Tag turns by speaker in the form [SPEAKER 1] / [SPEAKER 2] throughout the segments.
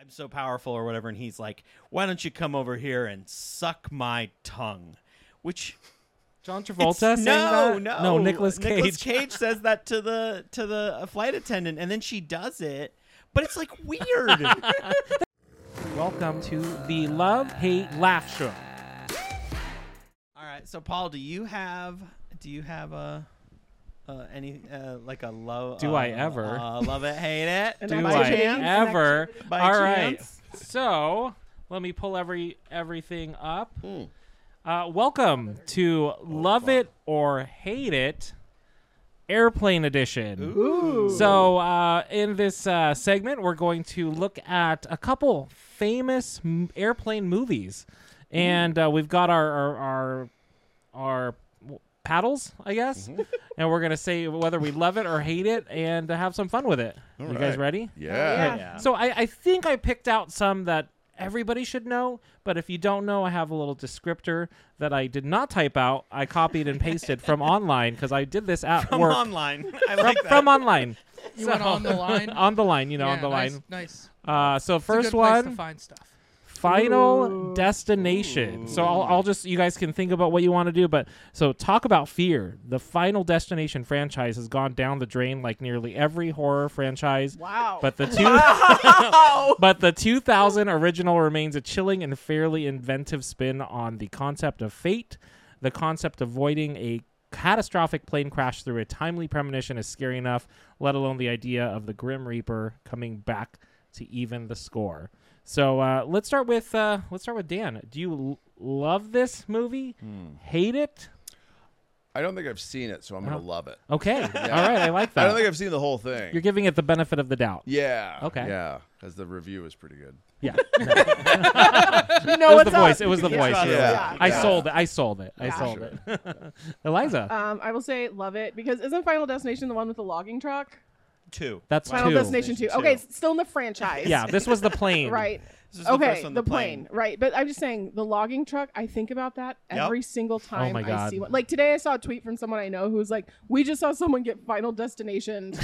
[SPEAKER 1] I'm so powerful or whatever, and he's like, why don't you come over here and suck my tongue? Which
[SPEAKER 2] John
[SPEAKER 1] it's-
[SPEAKER 2] Travolta saying
[SPEAKER 1] no,
[SPEAKER 2] that?
[SPEAKER 1] no,
[SPEAKER 2] no, Nicolas Cage.
[SPEAKER 1] Nicolas Cage says that to the to the uh, flight attendant, and then she does it, but it's like weird.
[SPEAKER 2] Welcome to the Love Hate Laugh Show.
[SPEAKER 1] All right, so Paul, do you have do you have a uh, any uh, like a love?
[SPEAKER 2] Do I ever?
[SPEAKER 1] uh, love it, hate it?
[SPEAKER 2] Do
[SPEAKER 1] By
[SPEAKER 2] I
[SPEAKER 1] chance?
[SPEAKER 2] ever?
[SPEAKER 1] By
[SPEAKER 2] All right.
[SPEAKER 1] chance?
[SPEAKER 2] So let me pull every everything up.
[SPEAKER 3] Hmm.
[SPEAKER 2] Uh, welcome to Love It or Hate It, Airplane Edition. So, uh, in this uh, segment, we're going to look at a couple famous m- airplane movies, and uh, we've got our our our, our w- paddles, I guess,
[SPEAKER 3] Mm-hmm.
[SPEAKER 2] and we're gonna say whether we love it or hate it, and uh, have some fun with it.
[SPEAKER 3] All
[SPEAKER 2] you guys
[SPEAKER 3] right.
[SPEAKER 2] ready?
[SPEAKER 3] Oh, Yeah.
[SPEAKER 1] Yeah.
[SPEAKER 2] So I, I think I picked out some that everybody should know, but if you don't know, I have a little descriptor that I did not type out. I copied and pasted from online because I did this at
[SPEAKER 1] From
[SPEAKER 2] work
[SPEAKER 1] online. I like that.
[SPEAKER 2] from online.
[SPEAKER 4] You went on the line.
[SPEAKER 2] on the line, you know,
[SPEAKER 4] yeah,
[SPEAKER 2] on the
[SPEAKER 4] nice,
[SPEAKER 2] line.
[SPEAKER 4] Nice.
[SPEAKER 2] Uh, so
[SPEAKER 4] It's a
[SPEAKER 2] first
[SPEAKER 4] good place
[SPEAKER 2] one,
[SPEAKER 4] to find stuff.
[SPEAKER 2] Final Destination. So I'll, I'll just you guys can think about what you want to do, but so talk about fear. The Final Destination franchise has gone down the drain like nearly every horror franchise.
[SPEAKER 5] Wow.
[SPEAKER 2] But the two But the 2000 original remains a chilling and fairly inventive spin on the concept of fate. The concept of avoiding a catastrophic plane crash through a timely premonition is scary enough, let alone the idea of the Grim Reaper coming back to even the score. So uh, let's start with uh, let's start with Dan. Do you l- love this movie?
[SPEAKER 3] Hmm.
[SPEAKER 2] Hate it?
[SPEAKER 3] I don't think I've seen it, so I'm gonna love it.
[SPEAKER 2] Okay, all right, I like that.
[SPEAKER 3] I don't think I've seen the whole thing.
[SPEAKER 2] You're giving it the benefit of the doubt.
[SPEAKER 3] yeah.
[SPEAKER 2] Okay.
[SPEAKER 3] Yeah, because the review is pretty good.
[SPEAKER 2] Yeah,
[SPEAKER 5] you
[SPEAKER 2] it
[SPEAKER 5] know
[SPEAKER 2] was
[SPEAKER 5] what's
[SPEAKER 2] the
[SPEAKER 5] up.
[SPEAKER 2] voice. It was the
[SPEAKER 1] Yeah.
[SPEAKER 2] voice.
[SPEAKER 3] Yeah. Yeah.
[SPEAKER 2] I sold it. I sold it. I
[SPEAKER 5] Yeah.
[SPEAKER 2] sold it. Eliza.
[SPEAKER 5] Um, I will say love it because isn't Final Destination the one with the logging truck?
[SPEAKER 1] two.
[SPEAKER 2] That's
[SPEAKER 5] Final
[SPEAKER 2] two.
[SPEAKER 5] Destination two.
[SPEAKER 1] Two.
[SPEAKER 5] Okay, it's still in the franchise.
[SPEAKER 2] Yeah, this was the plane.
[SPEAKER 5] Right.
[SPEAKER 1] This is the
[SPEAKER 5] okay,
[SPEAKER 1] first one, the plane.
[SPEAKER 5] Right. But I'm just saying the logging truck, I think about that
[SPEAKER 1] Yep.
[SPEAKER 5] every single time
[SPEAKER 2] Oh my
[SPEAKER 5] I
[SPEAKER 2] God.
[SPEAKER 5] see one. Like today I saw a tweet from someone I know who was like, We just saw someone get final destination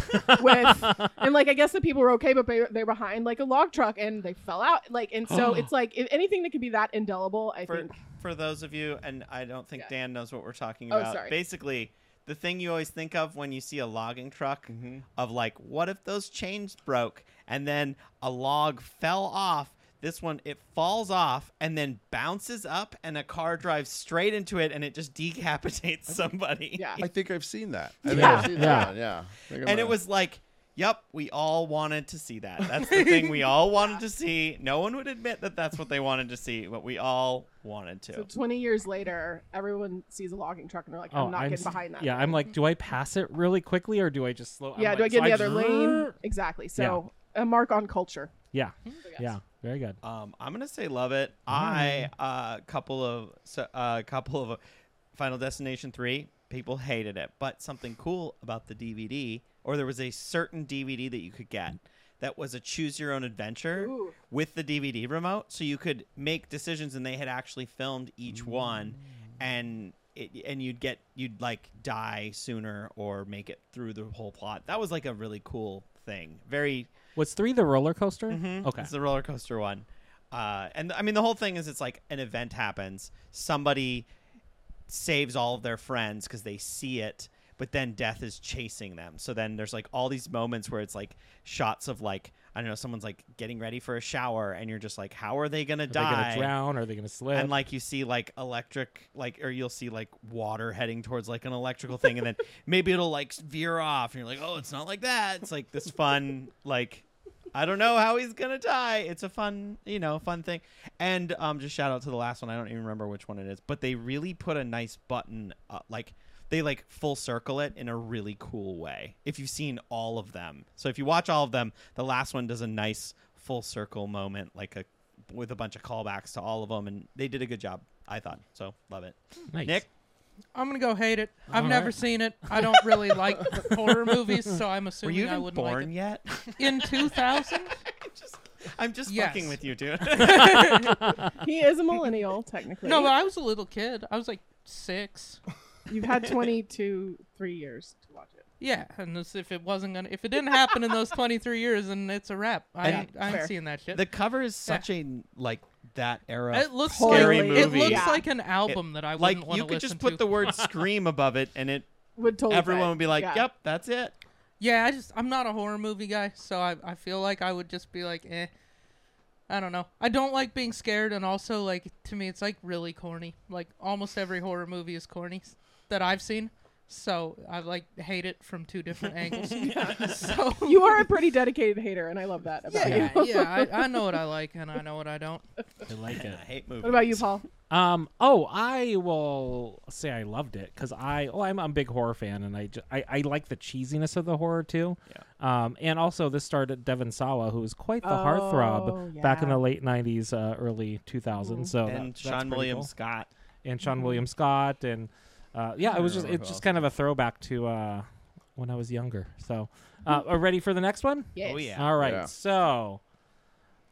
[SPEAKER 5] with and like I guess the people were okay, but they they're behind like a log truck and they fell out. Like and so it's like if anything that could be that indelible, I
[SPEAKER 1] for
[SPEAKER 5] think
[SPEAKER 1] for those of you and I don't think
[SPEAKER 5] Yeah.
[SPEAKER 1] Dan knows what we're talking
[SPEAKER 5] Oh,
[SPEAKER 1] about.
[SPEAKER 5] sorry.
[SPEAKER 1] Basically, the thing you always think of when you see a logging truck
[SPEAKER 5] Mm-hmm.
[SPEAKER 1] of like what if those chains broke and then a log fell off this one it falls off and then bounces up and a car drives straight into it and it just decapitates somebody.
[SPEAKER 5] yeah.
[SPEAKER 3] I think I've seen that. I think
[SPEAKER 5] Yeah.
[SPEAKER 3] I've seen
[SPEAKER 2] Yeah.
[SPEAKER 3] that. one, Yeah. I think I'm
[SPEAKER 1] And it
[SPEAKER 3] gonna-
[SPEAKER 1] was like, yep, we all wanted to see that. That's the thing we all wanted to see. No one would admit that that's what they wanted to see, but we all wanted to.
[SPEAKER 5] So 20 years later, everyone sees a logging truck and they're like, I'm
[SPEAKER 2] Oh,
[SPEAKER 5] not
[SPEAKER 2] I'm
[SPEAKER 5] getting
[SPEAKER 2] s-
[SPEAKER 5] behind that.
[SPEAKER 2] Yeah, I'm like, do I pass it really quickly or do I just slow? I'm
[SPEAKER 5] yeah, do I
[SPEAKER 2] like,
[SPEAKER 5] get in the
[SPEAKER 2] so
[SPEAKER 5] other lane?
[SPEAKER 2] just-
[SPEAKER 5] Exactly. So a mark on culture.
[SPEAKER 2] Yeah,
[SPEAKER 1] Oh,
[SPEAKER 2] yeah, very good.
[SPEAKER 1] Um, I'm gonna say love it. I a uh, couple of so a couple of uh, Final Destination three people hated it, but something cool about the DVD or there was a certain DVD that you could get that was a choose your own adventure
[SPEAKER 5] Ooh.
[SPEAKER 1] with the DVD remote, so you could make decisions, and they had actually filmed each one, and. It, and you'd get you'd like die sooner or make it through the whole plot. That was like a really cool thing. Very
[SPEAKER 2] Was three the roller coaster? Okay.
[SPEAKER 1] Mm-hmm. it's the roller coaster one. Uh, and I mean, the whole thing is it's like an event happens. Somebody saves all of their friends because they see it, but then death is chasing them. So then there's like all these moments where it's like shots of like, I don't know, someone's like getting ready for a shower and you're just like, how are they going to
[SPEAKER 2] Are they
[SPEAKER 1] die?
[SPEAKER 2] gonna drown? Are they gonna slip?
[SPEAKER 1] and like you see like electric like or you'll see like water heading towards like an electrical thing and then maybe it'll like veer off and you're like oh it's not like that it's like this fun like i don't know how he's gonna die it's a fun you know fun thing and um just shout out to the last one i don't even remember which one it is but they really put a nice button uh, like they like full circle it in a really cool way if you've seen all of them so if you watch all of them the last one does a nice full circle moment like a with a bunch of callbacks to all of them, and they did a good job, I thought. So love it.
[SPEAKER 2] nice.
[SPEAKER 1] Nick,
[SPEAKER 4] I'm gonna go hate it. I've
[SPEAKER 2] All
[SPEAKER 4] never
[SPEAKER 2] right.
[SPEAKER 4] seen it. I don't really like horror movies, so I'm
[SPEAKER 1] were
[SPEAKER 4] assuming
[SPEAKER 1] you
[SPEAKER 4] I
[SPEAKER 1] even
[SPEAKER 4] wouldn't
[SPEAKER 1] born
[SPEAKER 4] like
[SPEAKER 1] yet?
[SPEAKER 4] it. In 2000,
[SPEAKER 1] I'm just
[SPEAKER 4] Yes.
[SPEAKER 1] fucking with you, dude.
[SPEAKER 5] He is a millennial, technically.
[SPEAKER 4] no, but I was a little kid. I was like six.
[SPEAKER 5] You've had 22, three years to watch it.
[SPEAKER 4] Yeah, and this, if it wasn't gonna, if it didn't happen in those 23 years, then it's a wrap. I,
[SPEAKER 1] And-
[SPEAKER 4] I
[SPEAKER 5] Fair.
[SPEAKER 4] ain't seeing that shit.
[SPEAKER 1] The cover is such a like that era.
[SPEAKER 4] it looks
[SPEAKER 1] scary
[SPEAKER 4] like
[SPEAKER 1] movie.
[SPEAKER 4] it looks
[SPEAKER 5] Yeah.
[SPEAKER 4] like an album that I
[SPEAKER 1] like
[SPEAKER 4] wouldn't want
[SPEAKER 1] you
[SPEAKER 4] to
[SPEAKER 1] could
[SPEAKER 4] listen
[SPEAKER 1] just put
[SPEAKER 4] to.
[SPEAKER 1] the word "scream" above it, and it
[SPEAKER 5] Would totally
[SPEAKER 1] everyone would be like,
[SPEAKER 5] yeah.
[SPEAKER 1] "Yep, that's it."
[SPEAKER 4] yeah, I just I'm not a horror movie guy, so I I feel like I would just be like, eh. I don't know. I don't like being scared, and also like to me, it's like really corny. Like almost every horror movie is corny s- that I've seen, so I like hate it from two different angles. So
[SPEAKER 5] You are a pretty dedicated hater, and I love that about
[SPEAKER 4] yeah,
[SPEAKER 5] you.
[SPEAKER 4] yeah. I, I know what I like, and I know what I don't.
[SPEAKER 2] I like
[SPEAKER 1] I
[SPEAKER 2] it.
[SPEAKER 1] hate movies.
[SPEAKER 5] What about you, Paul?
[SPEAKER 2] Um. Oh, I will say I loved it because I. Oh, I'm, I'm a big horror fan, and I, ju- I I like the cheesiness of the horror too. Yeah. Um. And also, this starred at Devin Sawa, who was quite the heartthrob
[SPEAKER 5] Oh,
[SPEAKER 2] back in
[SPEAKER 5] yeah.
[SPEAKER 2] the late '90s, uh, early 2000s. So that-
[SPEAKER 1] Mm-hmm. And
[SPEAKER 2] that's
[SPEAKER 1] Sean
[SPEAKER 2] pretty
[SPEAKER 1] William
[SPEAKER 2] cool.
[SPEAKER 1] Scott.
[SPEAKER 2] and Sean William Scott, and uh, Mm-hmm. yeah, it was just
[SPEAKER 3] remember
[SPEAKER 2] it's
[SPEAKER 3] who
[SPEAKER 2] just
[SPEAKER 3] else.
[SPEAKER 2] kind of a throwback to uh, when I was younger. So, uh, are ready for the next one?
[SPEAKER 5] Yes.
[SPEAKER 1] Oh yeah.
[SPEAKER 2] All right,
[SPEAKER 3] Yeah.
[SPEAKER 2] so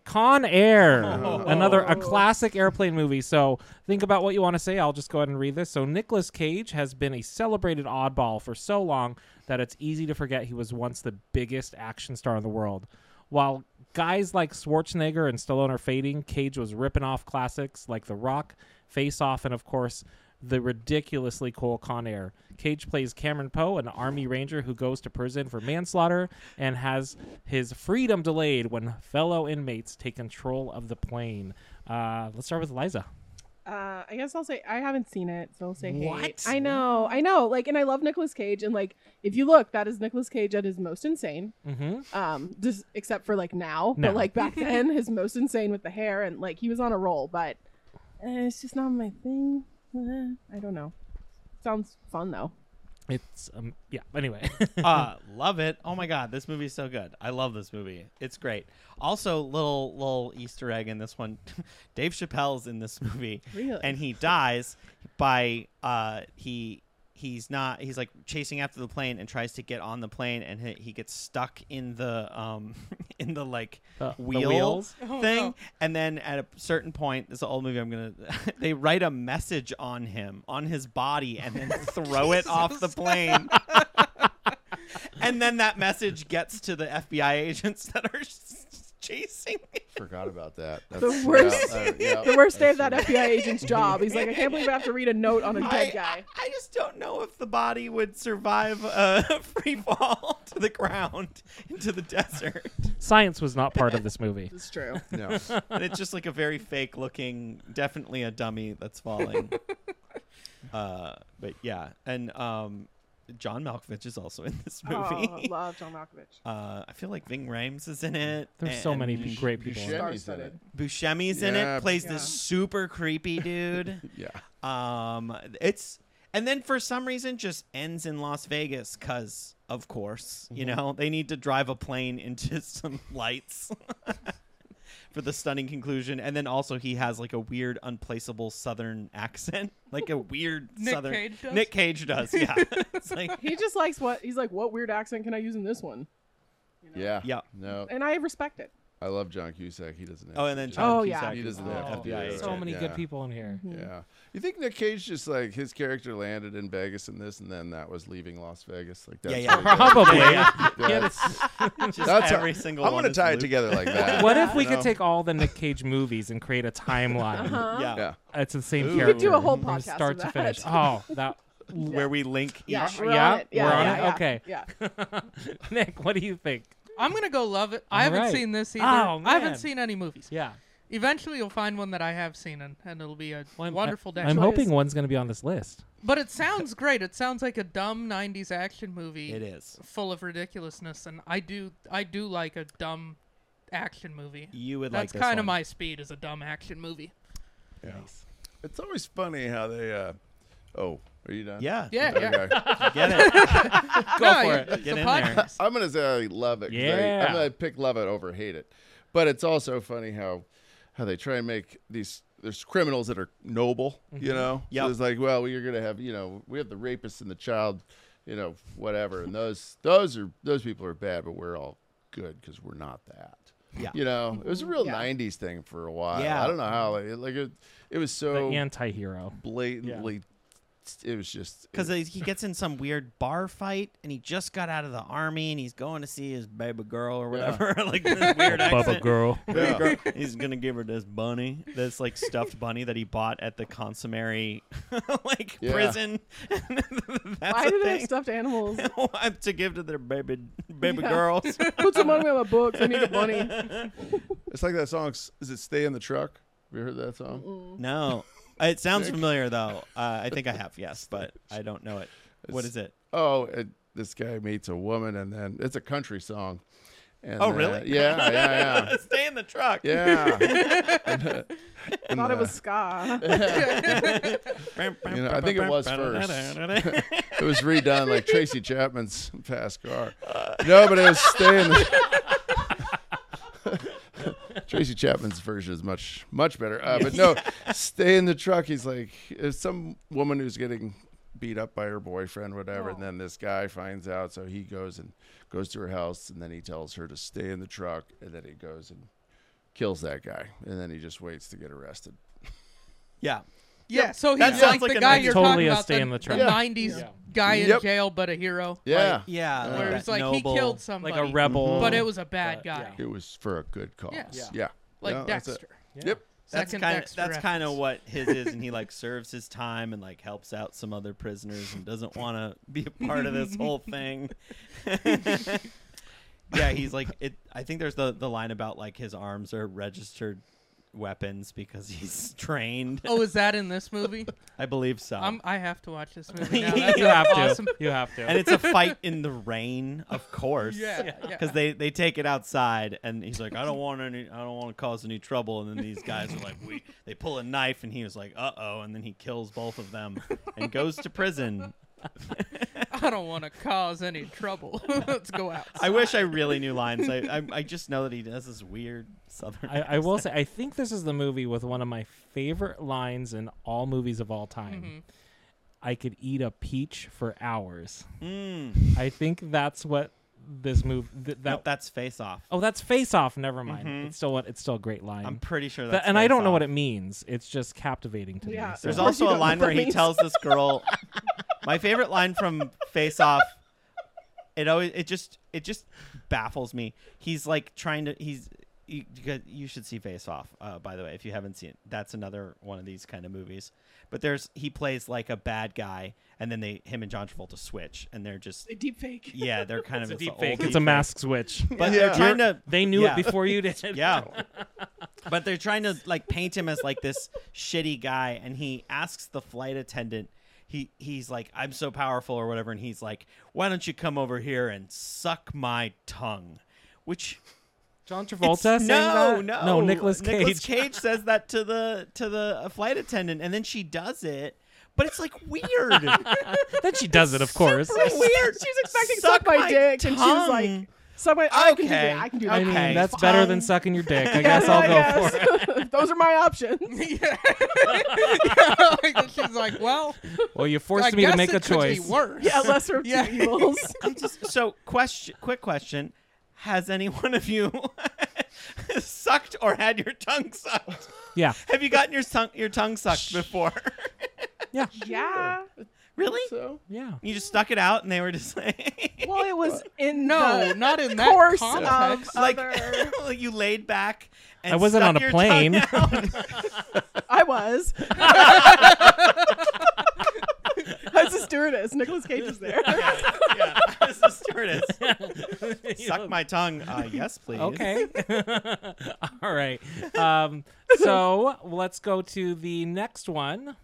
[SPEAKER 2] Con Air,
[SPEAKER 1] Oh.
[SPEAKER 2] another a classic airplane movie. So think about what you want to say. I'll just go ahead and read this. So Nicolas Cage has been a celebrated oddball for so long that it's easy to forget he was once the biggest action star in the world. While guys like Schwarzenegger and Stallone are fading, Cage was ripping off classics like The Rock, Face Off, and of course the ridiculously cool Con Air. Cage plays Cameron Poe, an army ranger who goes to prison for manslaughter and has his freedom delayed when fellow inmates take control of the plane. Uh, let's start with Liza.
[SPEAKER 5] Uh, I guess I'll say I haven't seen it, so I'll say hate.
[SPEAKER 2] What?
[SPEAKER 5] I know, I know. Like, and I love Nicolas Cage, and like, if you look, that is Nicolas Cage at his most insane.
[SPEAKER 2] Mm-hmm.
[SPEAKER 5] Um, just except for like now,
[SPEAKER 2] No.
[SPEAKER 5] but like back then, his most insane with the hair, and like he was on a roll. But uh, it's just not my thing. Uh, I don't know. Sounds fun though.
[SPEAKER 2] It's um, yeah. Anyway,
[SPEAKER 1] uh, love it. Oh my god, this movie's so good. I love this movie. It's great. Also, little little Easter egg in this one. Dave Chappelle's in this movie,
[SPEAKER 5] Really?
[SPEAKER 1] and he dies by uh he he's not he's like chasing after the plane and tries to get on the plane and he, he gets stuck in the um in the like
[SPEAKER 2] The- the
[SPEAKER 1] wheel
[SPEAKER 2] wheels?
[SPEAKER 4] Oh,
[SPEAKER 1] thing
[SPEAKER 4] no.
[SPEAKER 1] and then at a certain point this is an old movie i'm gonna they write a message on him on his body and
[SPEAKER 4] Oh,
[SPEAKER 1] then throw it off the plane and then that message gets to the fbi agents that are s- chasing him.
[SPEAKER 3] Forgot about that.
[SPEAKER 5] worst-
[SPEAKER 3] yeah, uh, yeah.
[SPEAKER 5] The worst day of
[SPEAKER 3] That's
[SPEAKER 5] that FBI agent's job. He's like, I can't believe I have to read a note on a
[SPEAKER 1] I,
[SPEAKER 5] dead guy.
[SPEAKER 1] I just don't know if the body would survive a free fall to the ground into the desert
[SPEAKER 2] science was not part of this movie.
[SPEAKER 5] It's true.
[SPEAKER 3] it. No.
[SPEAKER 1] and it's just like a very fake looking, definitely a dummy that's falling. uh, but yeah, and um, John Malkovich is also in this
[SPEAKER 5] Oh,
[SPEAKER 1] movie.
[SPEAKER 5] love John Malkovich.
[SPEAKER 1] uh, I feel like Ving Rhames is in it.
[SPEAKER 2] There's so
[SPEAKER 1] and
[SPEAKER 2] many
[SPEAKER 1] Bu-
[SPEAKER 2] great people. in it.
[SPEAKER 3] Buscemi's in it.
[SPEAKER 1] Buscemi's in
[SPEAKER 3] Yeah.
[SPEAKER 1] it. Plays
[SPEAKER 5] Yeah.
[SPEAKER 1] this super creepy dude.
[SPEAKER 3] Yeah.
[SPEAKER 1] um, it's and then for some reason just ends in Las Vegas because of course you
[SPEAKER 3] Mm-hmm.
[SPEAKER 1] know they need to drive a plane into some lights. for the stunning conclusion. And then also he has like a weird, unplaceable Southern accent, like a weird
[SPEAKER 4] Nick
[SPEAKER 1] Southern.
[SPEAKER 4] Cage does?
[SPEAKER 1] Nick Cage does. Yeah, it's like
[SPEAKER 5] He just likes what he's like. What weird accent can I use in this one?
[SPEAKER 3] Yeah.
[SPEAKER 1] Yeah.
[SPEAKER 3] No.
[SPEAKER 5] And I respect it.
[SPEAKER 3] I love John Cusack. He doesn't. Have
[SPEAKER 1] oh, and then
[SPEAKER 3] to-
[SPEAKER 1] John
[SPEAKER 5] Oh, yeah.
[SPEAKER 1] Cusack.
[SPEAKER 3] He
[SPEAKER 1] is
[SPEAKER 3] doesn't
[SPEAKER 1] the
[SPEAKER 3] have
[SPEAKER 2] Oh,
[SPEAKER 3] FBI
[SPEAKER 1] FBI
[SPEAKER 3] agent.
[SPEAKER 2] so many
[SPEAKER 3] yeah.
[SPEAKER 2] good people in here.
[SPEAKER 3] Yeah. You think Nick Cage just like his character landed in Vegas and this and then that was leaving Las Vegas like that's
[SPEAKER 1] Yeah, yeah.
[SPEAKER 3] what he
[SPEAKER 2] Probably.
[SPEAKER 3] did.
[SPEAKER 1] Yeah,
[SPEAKER 3] Yeah,
[SPEAKER 2] It's-
[SPEAKER 1] Just
[SPEAKER 3] That's
[SPEAKER 1] every
[SPEAKER 3] how-
[SPEAKER 1] single.
[SPEAKER 3] I'm
[SPEAKER 1] one
[SPEAKER 3] gonna
[SPEAKER 1] is
[SPEAKER 3] tie it
[SPEAKER 1] Luke.
[SPEAKER 3] together like that.
[SPEAKER 2] What if we
[SPEAKER 3] you
[SPEAKER 2] could
[SPEAKER 3] know?
[SPEAKER 2] take all the Nick Cage movies and create a timeline?
[SPEAKER 1] Yeah.
[SPEAKER 3] Yeah.
[SPEAKER 2] It's the same
[SPEAKER 1] Uh-huh. Ooh. We
[SPEAKER 2] character.
[SPEAKER 1] could
[SPEAKER 5] do a whole
[SPEAKER 2] from
[SPEAKER 5] podcast of
[SPEAKER 2] start to
[SPEAKER 5] that.
[SPEAKER 2] finish. Oh, that
[SPEAKER 1] where we link.
[SPEAKER 5] Yeah,
[SPEAKER 1] each.
[SPEAKER 5] we're
[SPEAKER 2] yeah,
[SPEAKER 5] on it. Yeah,
[SPEAKER 2] we're on
[SPEAKER 5] yeah,
[SPEAKER 2] it?
[SPEAKER 5] yeah,
[SPEAKER 2] Okay.
[SPEAKER 5] Yeah.
[SPEAKER 2] Nick. What do you think?
[SPEAKER 4] I'm gonna go love it. I
[SPEAKER 2] All
[SPEAKER 4] haven't
[SPEAKER 2] right.
[SPEAKER 4] seen this either.
[SPEAKER 2] Oh,
[SPEAKER 4] I
[SPEAKER 2] man.
[SPEAKER 4] haven't seen any movies.
[SPEAKER 2] Yeah.
[SPEAKER 4] Eventually, you'll find one that I have seen, and, and it'll be a
[SPEAKER 2] Well, I'm-
[SPEAKER 4] wonderful day.
[SPEAKER 2] I'm
[SPEAKER 5] Choice.
[SPEAKER 2] hoping one's going to be on this list.
[SPEAKER 4] But it sounds great. It sounds like a dumb '90s action movie.
[SPEAKER 1] It is.
[SPEAKER 4] full of ridiculousness, and I do I do like a dumb action movie.
[SPEAKER 1] You would like
[SPEAKER 4] That's
[SPEAKER 1] this
[SPEAKER 4] kind of
[SPEAKER 1] one.
[SPEAKER 4] my speed is a dumb action movie.
[SPEAKER 3] It's always funny how they. uh Oh, are you done?
[SPEAKER 1] Yeah.
[SPEAKER 4] Yeah, yeah.
[SPEAKER 3] Okay.
[SPEAKER 1] Get it.
[SPEAKER 4] Go
[SPEAKER 2] for it.
[SPEAKER 1] Get in there.
[SPEAKER 3] I'm gonna say I love it. 'cause I,
[SPEAKER 2] Yeah.
[SPEAKER 3] am gonna pick love it over hate it, but it's also funny how how they try and make these there's criminals that are noble, you know.
[SPEAKER 1] Mm-hmm. Yep.
[SPEAKER 3] So it's like, well, we are gonna have you know we have the rapists and the child, you know, whatever, and those those are those people are bad, but we're all good because we're not that.
[SPEAKER 1] Yeah.
[SPEAKER 3] You know, it was a real
[SPEAKER 5] Yeah.
[SPEAKER 3] '90s thing for a while.
[SPEAKER 1] Yeah. Oh.
[SPEAKER 3] I don't know how like it, like it, it was
[SPEAKER 2] The
[SPEAKER 3] so
[SPEAKER 2] anti-hero.
[SPEAKER 3] blatantly it's it was just
[SPEAKER 1] Because
[SPEAKER 3] it,
[SPEAKER 1] he gets in some weird bar fight, and he just got out of the army, and he's going to see his baby girl or
[SPEAKER 3] Yeah.
[SPEAKER 1] whatever, like this weird accent.
[SPEAKER 2] girl.
[SPEAKER 3] yeah.
[SPEAKER 1] He's gonna give her this bunny, this like stuffed bunny that he bought at the consummary like
[SPEAKER 3] Yeah.
[SPEAKER 1] prison. That's
[SPEAKER 5] Why
[SPEAKER 1] a
[SPEAKER 5] do they have
[SPEAKER 1] thing.
[SPEAKER 5] stuffed animals?
[SPEAKER 1] to give to their baby baby
[SPEAKER 5] Yeah.
[SPEAKER 1] girls.
[SPEAKER 5] Put some money on my books. I need a bunny.
[SPEAKER 3] It's like that song. s- Is it "Stay in the Truck"? Have you heard that song?
[SPEAKER 1] No, it sounds familiar though. Uh, I think I have yes, but I don't know it. What is it?
[SPEAKER 3] Oh, it, this guy meets a woman, and then it's a country song. And,
[SPEAKER 1] Oh,
[SPEAKER 3] uh,
[SPEAKER 1] really?
[SPEAKER 3] yeah, yeah,
[SPEAKER 1] Stay in the truck.
[SPEAKER 3] yeah, yeah. And,
[SPEAKER 5] Thought
[SPEAKER 3] uh,
[SPEAKER 5] it was ska.
[SPEAKER 3] You know, I think it was first. It was redone like Tracy Chapman's past car. no, but it was staying. Tracy Chapman's version is much much better. Uh, but no, stay in the truck. He's like it's some woman who's getting beat up by her boyfriend, whatever, and then this guy finds out, so he goes and goes to her house, and then he tells her to stay in the truck, and then he goes and kills that guy, and then he just waits to get arrested.
[SPEAKER 1] Yeah.
[SPEAKER 4] Yeah, so he's
[SPEAKER 1] That sounds
[SPEAKER 4] like,
[SPEAKER 1] like
[SPEAKER 4] the
[SPEAKER 1] a
[SPEAKER 4] guy
[SPEAKER 1] 90s
[SPEAKER 4] you're
[SPEAKER 2] Totally
[SPEAKER 4] talking
[SPEAKER 2] a
[SPEAKER 4] about,
[SPEAKER 2] stay in the truck.
[SPEAKER 3] Yeah.
[SPEAKER 4] '90s guy in
[SPEAKER 3] Yep.
[SPEAKER 4] jail, but a hero.
[SPEAKER 3] Yeah,
[SPEAKER 4] Like,
[SPEAKER 1] Yeah.
[SPEAKER 3] Yeah.
[SPEAKER 1] like
[SPEAKER 4] where
[SPEAKER 1] that
[SPEAKER 4] it's like he
[SPEAKER 1] noble-
[SPEAKER 4] killed somebody,
[SPEAKER 2] Like a
[SPEAKER 1] Mm-hmm.
[SPEAKER 2] rebel.
[SPEAKER 4] but it was a bad
[SPEAKER 2] But,
[SPEAKER 4] guy,
[SPEAKER 2] yeah.
[SPEAKER 3] it was for a good cause.
[SPEAKER 4] Yeah.
[SPEAKER 3] Yeah,
[SPEAKER 4] Yeah.
[SPEAKER 3] Yeah,
[SPEAKER 4] like
[SPEAKER 3] that's it.
[SPEAKER 4] Dexter.
[SPEAKER 3] Yep.
[SPEAKER 1] That's
[SPEAKER 4] Second
[SPEAKER 1] kind of
[SPEAKER 4] Dexter
[SPEAKER 1] that's kind of what
[SPEAKER 4] reference.
[SPEAKER 1] his is, and he like serves his time and like helps out some other prisoners and doesn't want to be a part of this whole thing. yeah, he's like it. I think there's the the line about like his arms are registered weapons because he's trained.
[SPEAKER 4] Oh, is that in this movie?
[SPEAKER 1] I believe so.
[SPEAKER 4] I'm, I have to watch this movie now.
[SPEAKER 2] Oh. you
[SPEAKER 4] That's
[SPEAKER 2] have
[SPEAKER 4] awesome.
[SPEAKER 2] to. You have to.
[SPEAKER 1] and it's a fight in the rain, of course.
[SPEAKER 4] Yeah, yeah.
[SPEAKER 1] Because they, they take it outside, and he's like, I don't want any, I don't want to cause any trouble. And then these guys are like, we, they pull a knife, and he was like, uh oh, and then he kills both of them and goes to prison.
[SPEAKER 4] I don't want to cause any trouble. Let's go out.
[SPEAKER 1] I wish I really knew lines. I, I I just know that he does this weird southern.
[SPEAKER 2] I, I will say, I think this is the movie with one of my favorite lines in all movies of all time.
[SPEAKER 4] Mm-hmm.
[SPEAKER 2] I could eat a peach for hours.
[SPEAKER 1] Mm.
[SPEAKER 2] I think that's what this movie. Th- that
[SPEAKER 1] Nope, that's face off.
[SPEAKER 2] oh, that's Face Off. Never mind. It's still what. It's still a great line.
[SPEAKER 1] I'm pretty sure
[SPEAKER 2] Th-
[SPEAKER 1] that's.
[SPEAKER 2] and I don't know what
[SPEAKER 1] Face
[SPEAKER 2] it means. It's just captivating to
[SPEAKER 5] Yeah.
[SPEAKER 2] me.
[SPEAKER 1] There's
[SPEAKER 5] Of course
[SPEAKER 1] also
[SPEAKER 5] you
[SPEAKER 1] a
[SPEAKER 5] don't know
[SPEAKER 1] line
[SPEAKER 5] what
[SPEAKER 1] where
[SPEAKER 5] that
[SPEAKER 1] he
[SPEAKER 5] means.
[SPEAKER 1] tells this girl my favorite line from Face Off it always it just it just baffles me. He's like trying to he's you, you got- you should see Face Off uh, by the way if you haven't seen it. That's another one of these kind of movies. But there's he plays like a bad guy and then they him and John Travolta switch and they're just
[SPEAKER 5] They deep fake.
[SPEAKER 1] yeah, they're kind of
[SPEAKER 2] It's
[SPEAKER 1] it's the
[SPEAKER 2] a deep
[SPEAKER 1] old
[SPEAKER 2] fake. It's
[SPEAKER 1] deep
[SPEAKER 2] a
[SPEAKER 1] fake.
[SPEAKER 2] mask switch.
[SPEAKER 1] But
[SPEAKER 3] Yeah.
[SPEAKER 1] they're trying to
[SPEAKER 2] They knew
[SPEAKER 1] yeah.
[SPEAKER 2] it before you did.
[SPEAKER 1] Yeah. but they're trying to like paint him as like this shitty guy and he asks the flight attendant he he's like I'm so powerful or whatever and he's like why don't you come over here and suck my tongue which
[SPEAKER 2] John
[SPEAKER 1] it's-
[SPEAKER 2] Travolta saying
[SPEAKER 1] no,
[SPEAKER 2] that?
[SPEAKER 1] no
[SPEAKER 2] no, Nicolas Cage.
[SPEAKER 1] Nicolas Cage says that to the to the uh, flight attendant and then she does it but it's like weird
[SPEAKER 2] then she does it, of course.
[SPEAKER 1] Super weird
[SPEAKER 5] She's expecting
[SPEAKER 1] Suck
[SPEAKER 5] suck, my,
[SPEAKER 1] my
[SPEAKER 5] dick, and she was
[SPEAKER 1] tongue.
[SPEAKER 5] like, "Suck my. I can do
[SPEAKER 1] Okay.
[SPEAKER 5] that. I can do
[SPEAKER 1] I
[SPEAKER 5] that."
[SPEAKER 2] I mean,
[SPEAKER 1] Okay,
[SPEAKER 2] that's better
[SPEAKER 1] fine.
[SPEAKER 2] than sucking your dick. I guess I'll go for it.
[SPEAKER 5] for it. Those are my options.
[SPEAKER 4] yeah. Like, she's like, well,
[SPEAKER 2] Well, you forced
[SPEAKER 4] I
[SPEAKER 2] me
[SPEAKER 4] guess
[SPEAKER 2] to make
[SPEAKER 4] it
[SPEAKER 2] a choice.
[SPEAKER 4] Could be worse.
[SPEAKER 5] Yeah, lesser of
[SPEAKER 4] Yeah.
[SPEAKER 5] two evils.
[SPEAKER 1] I just so question quick question has any one of you sucked or had your tongue sucked
[SPEAKER 2] Yeah,
[SPEAKER 1] Have you gotten your tongue your tongue sucked before?
[SPEAKER 2] yeah,
[SPEAKER 5] yeah.
[SPEAKER 1] really?
[SPEAKER 3] So
[SPEAKER 2] yeah.
[SPEAKER 1] You just stuck it out, and they were just like,
[SPEAKER 5] Well, it was in
[SPEAKER 4] No,
[SPEAKER 5] the
[SPEAKER 4] not in that
[SPEAKER 5] course
[SPEAKER 4] context.
[SPEAKER 5] of
[SPEAKER 1] like
[SPEAKER 5] other.
[SPEAKER 1] you laid back. And
[SPEAKER 2] I wasn't
[SPEAKER 1] stuck
[SPEAKER 2] on a
[SPEAKER 1] your tongue
[SPEAKER 2] plane.
[SPEAKER 1] out.
[SPEAKER 5] I was. I was a stewardess. Nicholas Cage is there.
[SPEAKER 1] yeah, I was a stewardess. Suck my tongue. Uh, yes, please.
[SPEAKER 2] Okay. All right. Um, so let's go to the next one.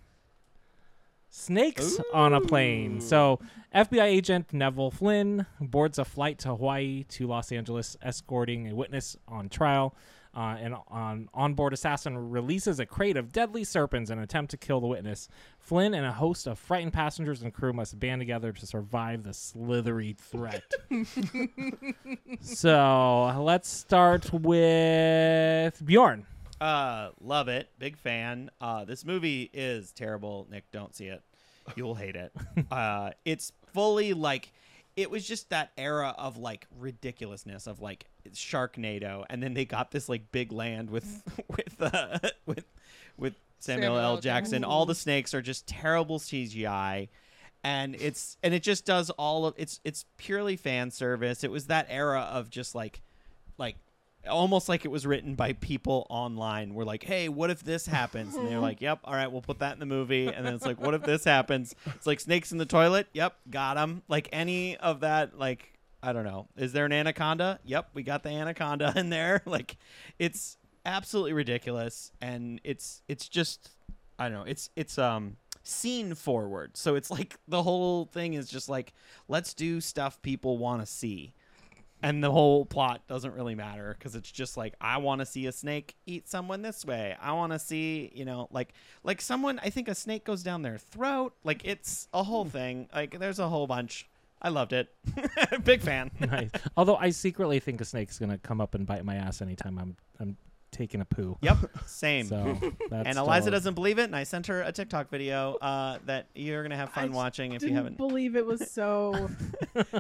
[SPEAKER 2] Snakes on a plane. So, FBI agent Neville Flynn boards a flight to Hawaii to Los Angeles, escorting a witness on trial. Uh, an on onboard assassin releases a crate of deadly serpents in an attempt to kill the witness. Flynn and a host of frightened passengers and crew must band together to survive the slithery threat. So let's start with Bjorn.
[SPEAKER 1] Uh, love it. Big fan. Uh, this movie is terrible. Nick, don't see it. You'll hate it. uh, it's fully like it was just that era of like ridiculousness of like Sharknado, and then they got this like big land with with uh, with with Mm. Samuel L. Jackson. All the snakes are just terrible CGI, and it's and it just does all of it's it's purely fan service. It was that era of just like, like, almost like it was written by people online. We're like, hey, what if this happens? And they're like, yep, all right, we'll put that in the movie. And then it's like, what if this happens? It's like snakes in the toilet. Yep, got them. Like any of that, like. I don't know. Is there an anaconda? Yep, we got the anaconda in there. Like, it's absolutely ridiculous and it's it's just i don't know it's it's um scene forward so it's like the whole thing is just like let's do stuff people want to see and the whole plot doesn't really matter because it's just like i want to see a snake eat someone this way i want to see you know like like someone i think a snake goes down their throat like it's a whole thing like there's a whole bunch i loved it big fan
[SPEAKER 2] nice. Although I secretly think a snake's gonna come up and bite my ass anytime I'm I'm taking a poo.
[SPEAKER 1] yep same
[SPEAKER 2] So that's
[SPEAKER 1] and Eliza
[SPEAKER 2] still-
[SPEAKER 1] doesn't believe it, and I sent her a TikTok video uh, that you're gonna have
[SPEAKER 5] I
[SPEAKER 1] fun
[SPEAKER 5] just
[SPEAKER 1] watching if you
[SPEAKER 5] Didn't
[SPEAKER 1] haven't.
[SPEAKER 5] believe it was so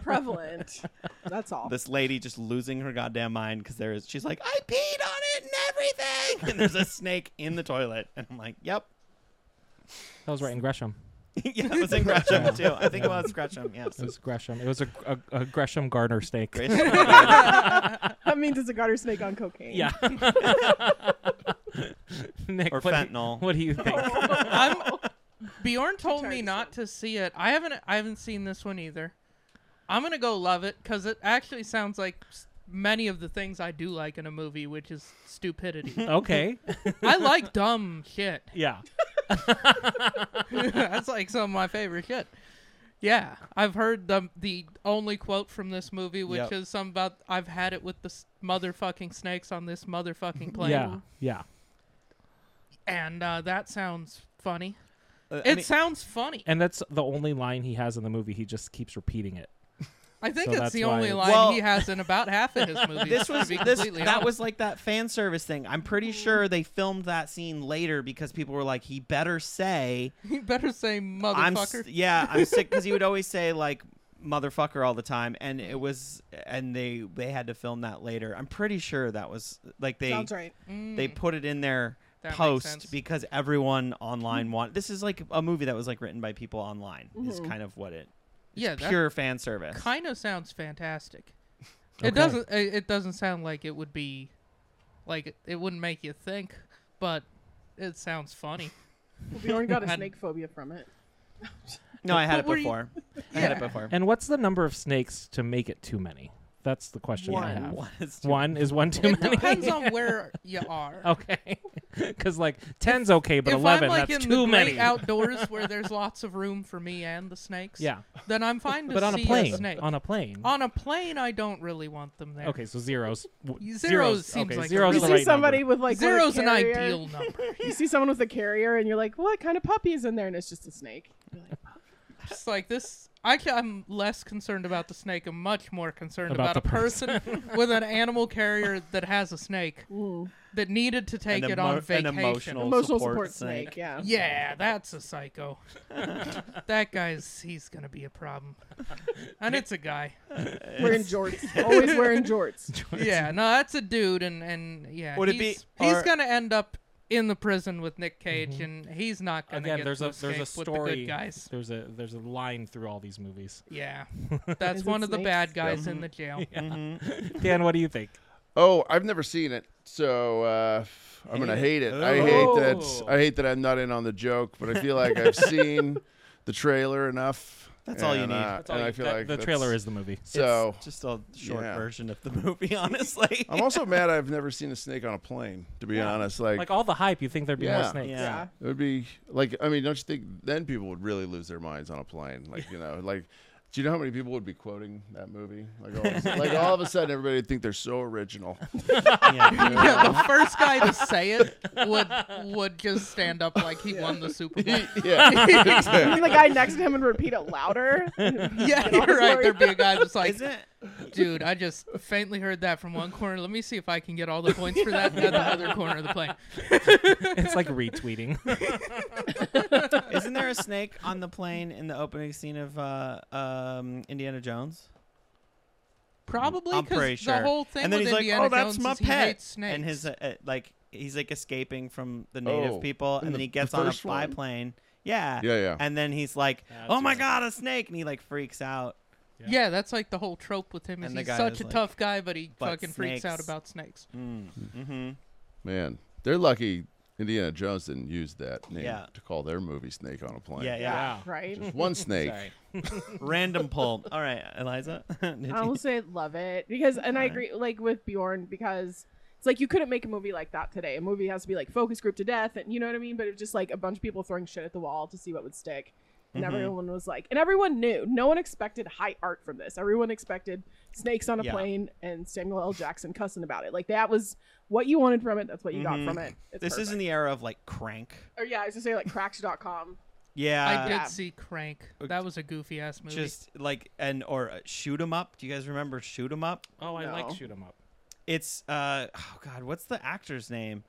[SPEAKER 5] prevalent. That's all.
[SPEAKER 1] this lady just losing her goddamn mind because there is. She's like, I peed on it and everything, and there's a snake in the toilet, and I'm like, Yep,
[SPEAKER 2] That was right in Gresham.
[SPEAKER 1] yeah, it was in Gresham too. I think it was Gresham. Yes.
[SPEAKER 2] It was Gresham. It was a, a, a Gresham Garner steak.
[SPEAKER 1] Gresham.
[SPEAKER 5] that means it's a garter snake on cocaine.
[SPEAKER 2] Yeah. Nick,
[SPEAKER 1] Or
[SPEAKER 2] what,
[SPEAKER 1] fentanyl.
[SPEAKER 2] What do you think?
[SPEAKER 4] I'm, Bjorn told me
[SPEAKER 5] Retarded
[SPEAKER 4] not to see it. I haven't. I haven't seen this one either. I'm gonna go love it because it actually sounds like s- many of the things I do like in a movie, which is stupidity.
[SPEAKER 2] okay.
[SPEAKER 4] I like dumb shit.
[SPEAKER 2] Yeah.
[SPEAKER 4] That's like some of my favorite shit. Yeah, I've heard the the only quote from this movie, which
[SPEAKER 1] Yep.
[SPEAKER 4] is some about I've had it with the s- motherfucking snakes on this motherfucking plane.
[SPEAKER 2] Yeah. Yeah.
[SPEAKER 4] and uh, that sounds funny.
[SPEAKER 1] Uh, I
[SPEAKER 4] it
[SPEAKER 1] mean,
[SPEAKER 4] sounds funny.
[SPEAKER 2] And that's the only line he has in the movie. He just keeps repeating it.
[SPEAKER 4] I think
[SPEAKER 2] So
[SPEAKER 4] it's
[SPEAKER 2] that's
[SPEAKER 4] the
[SPEAKER 2] why
[SPEAKER 4] only
[SPEAKER 2] it's-
[SPEAKER 4] line
[SPEAKER 1] Well-
[SPEAKER 4] he has in about half of his movies.
[SPEAKER 1] this
[SPEAKER 4] to
[SPEAKER 1] was
[SPEAKER 4] be
[SPEAKER 1] this
[SPEAKER 4] completely
[SPEAKER 1] that
[SPEAKER 4] honest. Mm.
[SPEAKER 1] was like that fan service thing. I'm pretty sure they filmed that scene later because people were like, he better say
[SPEAKER 4] You better say
[SPEAKER 1] I'm
[SPEAKER 4] motherfucker.
[SPEAKER 1] s- yeah, I'm sick because he would always say like motherfucker all the time, and it was and they they had to film that later. I'm pretty sure that was like they
[SPEAKER 5] Sounds right.
[SPEAKER 1] they put it in their
[SPEAKER 4] Mm. That makes sense. Mm.
[SPEAKER 1] post because everyone online want this is like a movie that was like written by people online is kind of what it
[SPEAKER 4] Mm-hmm. yeah, that
[SPEAKER 1] pure fan service.
[SPEAKER 4] kind of sounds fantastic.
[SPEAKER 2] Okay.
[SPEAKER 4] It doesn't. It it doesn't sound like it would be, like it wouldn't make you think, but it sounds funny.
[SPEAKER 5] Well, Bjorn got a
[SPEAKER 4] Had-
[SPEAKER 5] snake phobia from it.
[SPEAKER 1] no, I had it
[SPEAKER 4] But were you-
[SPEAKER 1] before. I had it before.
[SPEAKER 2] And what's the number of snakes to make it too many? That's the question I
[SPEAKER 5] One.
[SPEAKER 2] have.
[SPEAKER 1] One is too-
[SPEAKER 2] One is one too
[SPEAKER 4] It
[SPEAKER 2] many.
[SPEAKER 4] depends on where you are.
[SPEAKER 2] Okay. Because like ten's okay, Oh, but
[SPEAKER 4] if
[SPEAKER 2] eleven
[SPEAKER 4] I'm like
[SPEAKER 2] that's
[SPEAKER 4] in
[SPEAKER 2] too
[SPEAKER 4] the
[SPEAKER 2] many.
[SPEAKER 4] great outdoors where there's lots of room for me and the snakes,
[SPEAKER 2] yeah,
[SPEAKER 4] then I'm fine to
[SPEAKER 2] but on a
[SPEAKER 4] see
[SPEAKER 2] plane.
[SPEAKER 4] snake.
[SPEAKER 2] On a plane.
[SPEAKER 4] On a plane, I don't really want them there.
[SPEAKER 2] okay, so zeros. W-
[SPEAKER 4] Zeros seems
[SPEAKER 2] okay,
[SPEAKER 4] like a
[SPEAKER 2] zeros
[SPEAKER 4] Those
[SPEAKER 5] You
[SPEAKER 2] the
[SPEAKER 4] are
[SPEAKER 5] see
[SPEAKER 2] right
[SPEAKER 5] somebody
[SPEAKER 2] number.
[SPEAKER 5] with like one of
[SPEAKER 4] Zero's an
[SPEAKER 5] carrier-
[SPEAKER 4] ideal number.
[SPEAKER 5] You see someone with a carrier, and you're like, "What kind of puppy is in there?" And it's just a snake. You're like,
[SPEAKER 4] Just like this, I ca- I'm less concerned about the snake. I'm much more concerned
[SPEAKER 2] About
[SPEAKER 4] about,
[SPEAKER 2] the
[SPEAKER 4] a person with an animal carrier that has a snake
[SPEAKER 5] "Ooh,
[SPEAKER 4] that needed to take
[SPEAKER 1] An
[SPEAKER 4] it
[SPEAKER 1] emo-
[SPEAKER 4] on
[SPEAKER 1] an
[SPEAKER 4] vacation.
[SPEAKER 1] emotional-
[SPEAKER 5] emotional
[SPEAKER 1] support
[SPEAKER 5] support,
[SPEAKER 1] snake.
[SPEAKER 5] snake. Yeah.
[SPEAKER 4] Yeah, that's a psycho. that guy's he's gonna be a problem, and it's a guy.
[SPEAKER 5] wearing jorts. Always wearing jorts.
[SPEAKER 4] Yeah, no, that's a dude, and and yeah,
[SPEAKER 1] Would it be-
[SPEAKER 4] he's, he's
[SPEAKER 1] or-
[SPEAKER 4] gonna end up in the prison with Nick Cage, and he's not gonna
[SPEAKER 2] Mm-hmm. Again,
[SPEAKER 4] get
[SPEAKER 2] there's
[SPEAKER 4] to
[SPEAKER 2] a there's a
[SPEAKER 4] escape with the
[SPEAKER 2] story.
[SPEAKER 4] good guys.
[SPEAKER 2] There's a there's a line through all these movies.
[SPEAKER 4] Yeah, that's
[SPEAKER 5] Is
[SPEAKER 4] one
[SPEAKER 5] it
[SPEAKER 4] of the
[SPEAKER 5] snakes?
[SPEAKER 4] bad guys in the jail.
[SPEAKER 2] Dan, what do you think?
[SPEAKER 3] Oh, I've never seen it, so uh, I'm gonna hate it. I hate that.
[SPEAKER 2] Oh.
[SPEAKER 3] I hate that I'm not in on the joke, but I feel like I've seen the trailer enough.
[SPEAKER 1] That's all you
[SPEAKER 3] and,
[SPEAKER 1] need.
[SPEAKER 3] uh,
[SPEAKER 1] That's
[SPEAKER 3] and
[SPEAKER 2] you-
[SPEAKER 3] I feel
[SPEAKER 2] that-
[SPEAKER 3] like
[SPEAKER 2] the
[SPEAKER 3] that's-
[SPEAKER 2] trailer is the movie.
[SPEAKER 3] so.
[SPEAKER 1] It's just a short
[SPEAKER 3] Oh. Yeah.
[SPEAKER 1] version of the movie, honestly.
[SPEAKER 3] I'm also mad I've never seen a snake on a plane. To be honest, like,
[SPEAKER 2] Like all the hype, you think there'd be more
[SPEAKER 3] Yeah.
[SPEAKER 2] snakes.
[SPEAKER 1] yeah.
[SPEAKER 3] it would be like I mean, don't you think then people would really lose their minds on a plane? Like you know, like do you know how many people would be quoting that movie? Like all of a sudden, like all of a sudden, everybody would think they're so original.
[SPEAKER 1] yeah.
[SPEAKER 4] Yeah, the first guy to say it would would just stand up like he won the Super Bowl.
[SPEAKER 3] yeah,
[SPEAKER 5] And then the guy next to him would repeat it louder.
[SPEAKER 4] yeah, you're right. There'd be a guy that's like,
[SPEAKER 1] Is it?
[SPEAKER 4] dude, I just faintly heard that from one corner. Let me see if I can get all the points for that at the other corner of the plane.
[SPEAKER 2] It's like retweeting.
[SPEAKER 1] Isn't there a snake on the plane in the opening scene of uh, um, Indiana Jones?
[SPEAKER 4] Probably
[SPEAKER 1] I'm pretty
[SPEAKER 4] because
[SPEAKER 1] sure.
[SPEAKER 4] the whole thing
[SPEAKER 1] and then
[SPEAKER 4] with
[SPEAKER 1] he's
[SPEAKER 4] Indiana
[SPEAKER 1] like, "Oh, that's
[SPEAKER 4] Jones
[SPEAKER 1] my
[SPEAKER 4] is he
[SPEAKER 1] pet,"
[SPEAKER 4] hates snakes.
[SPEAKER 1] and his uh, uh, like he's like escaping from the native
[SPEAKER 3] Oh,
[SPEAKER 1] people, and
[SPEAKER 3] in the-
[SPEAKER 1] then he
[SPEAKER 3] the
[SPEAKER 1] gets on a
[SPEAKER 3] first one?
[SPEAKER 1] biplane. Yeah.
[SPEAKER 3] Yeah, yeah.
[SPEAKER 1] And then he's like,
[SPEAKER 2] That's
[SPEAKER 1] "Oh my
[SPEAKER 2] right.
[SPEAKER 1] god, a snake!" And he like freaks out.
[SPEAKER 2] Yeah.
[SPEAKER 4] Yeah. that's like the whole trope with him. Is
[SPEAKER 1] And the
[SPEAKER 4] he's
[SPEAKER 1] guy
[SPEAKER 4] such
[SPEAKER 1] is
[SPEAKER 4] a
[SPEAKER 1] like,
[SPEAKER 4] tough guy, but he
[SPEAKER 1] "But
[SPEAKER 4] fucking freaks out
[SPEAKER 1] snakes."
[SPEAKER 4] about snakes.
[SPEAKER 1] Mm-hmm.
[SPEAKER 3] Man, they're lucky Indiana Jones didn't use that name
[SPEAKER 1] Yeah.
[SPEAKER 3] to call their movie Snake on a Plane.
[SPEAKER 1] Yeah, yeah.
[SPEAKER 2] Yeah.
[SPEAKER 5] Right.
[SPEAKER 3] Just one snake.
[SPEAKER 2] Sorry.
[SPEAKER 1] Random pull. All right, Eliza. Did
[SPEAKER 5] I
[SPEAKER 1] you-
[SPEAKER 5] will say love it because, and I
[SPEAKER 1] Alright.
[SPEAKER 5] agree, like with Bjorn, because it's like you couldn't make a movie like that today. A movie has to be like focus group to death, and you know what I mean. But it was just like a bunch of people throwing shit at the wall to see what would stick, and
[SPEAKER 1] Mhm.
[SPEAKER 5] everyone was like, and everyone knew. No one expected high art from this. Everyone expected snakes on a
[SPEAKER 1] Yeah.
[SPEAKER 5] plane and Samuel L. Jackson cussing about it. Like that was what you wanted from it. That's what you
[SPEAKER 1] Mhm.
[SPEAKER 5] got from it. It's
[SPEAKER 1] this e- is in
[SPEAKER 5] perfect.
[SPEAKER 1] the era of like crank.
[SPEAKER 5] Or yeah, I was just saying like cracks.com.
[SPEAKER 1] Yeah.
[SPEAKER 4] I did
[SPEAKER 5] Uh, yeah.
[SPEAKER 4] see Crank.
[SPEAKER 1] Uh,
[SPEAKER 4] That was a goofy ass movie.
[SPEAKER 1] just like and or uh, shoot 'em up. Do you guys remember shoot 'em up?
[SPEAKER 2] Oh, I like
[SPEAKER 5] No.
[SPEAKER 2] shoot 'em up.
[SPEAKER 1] It's uh oh god, what's the actor's name?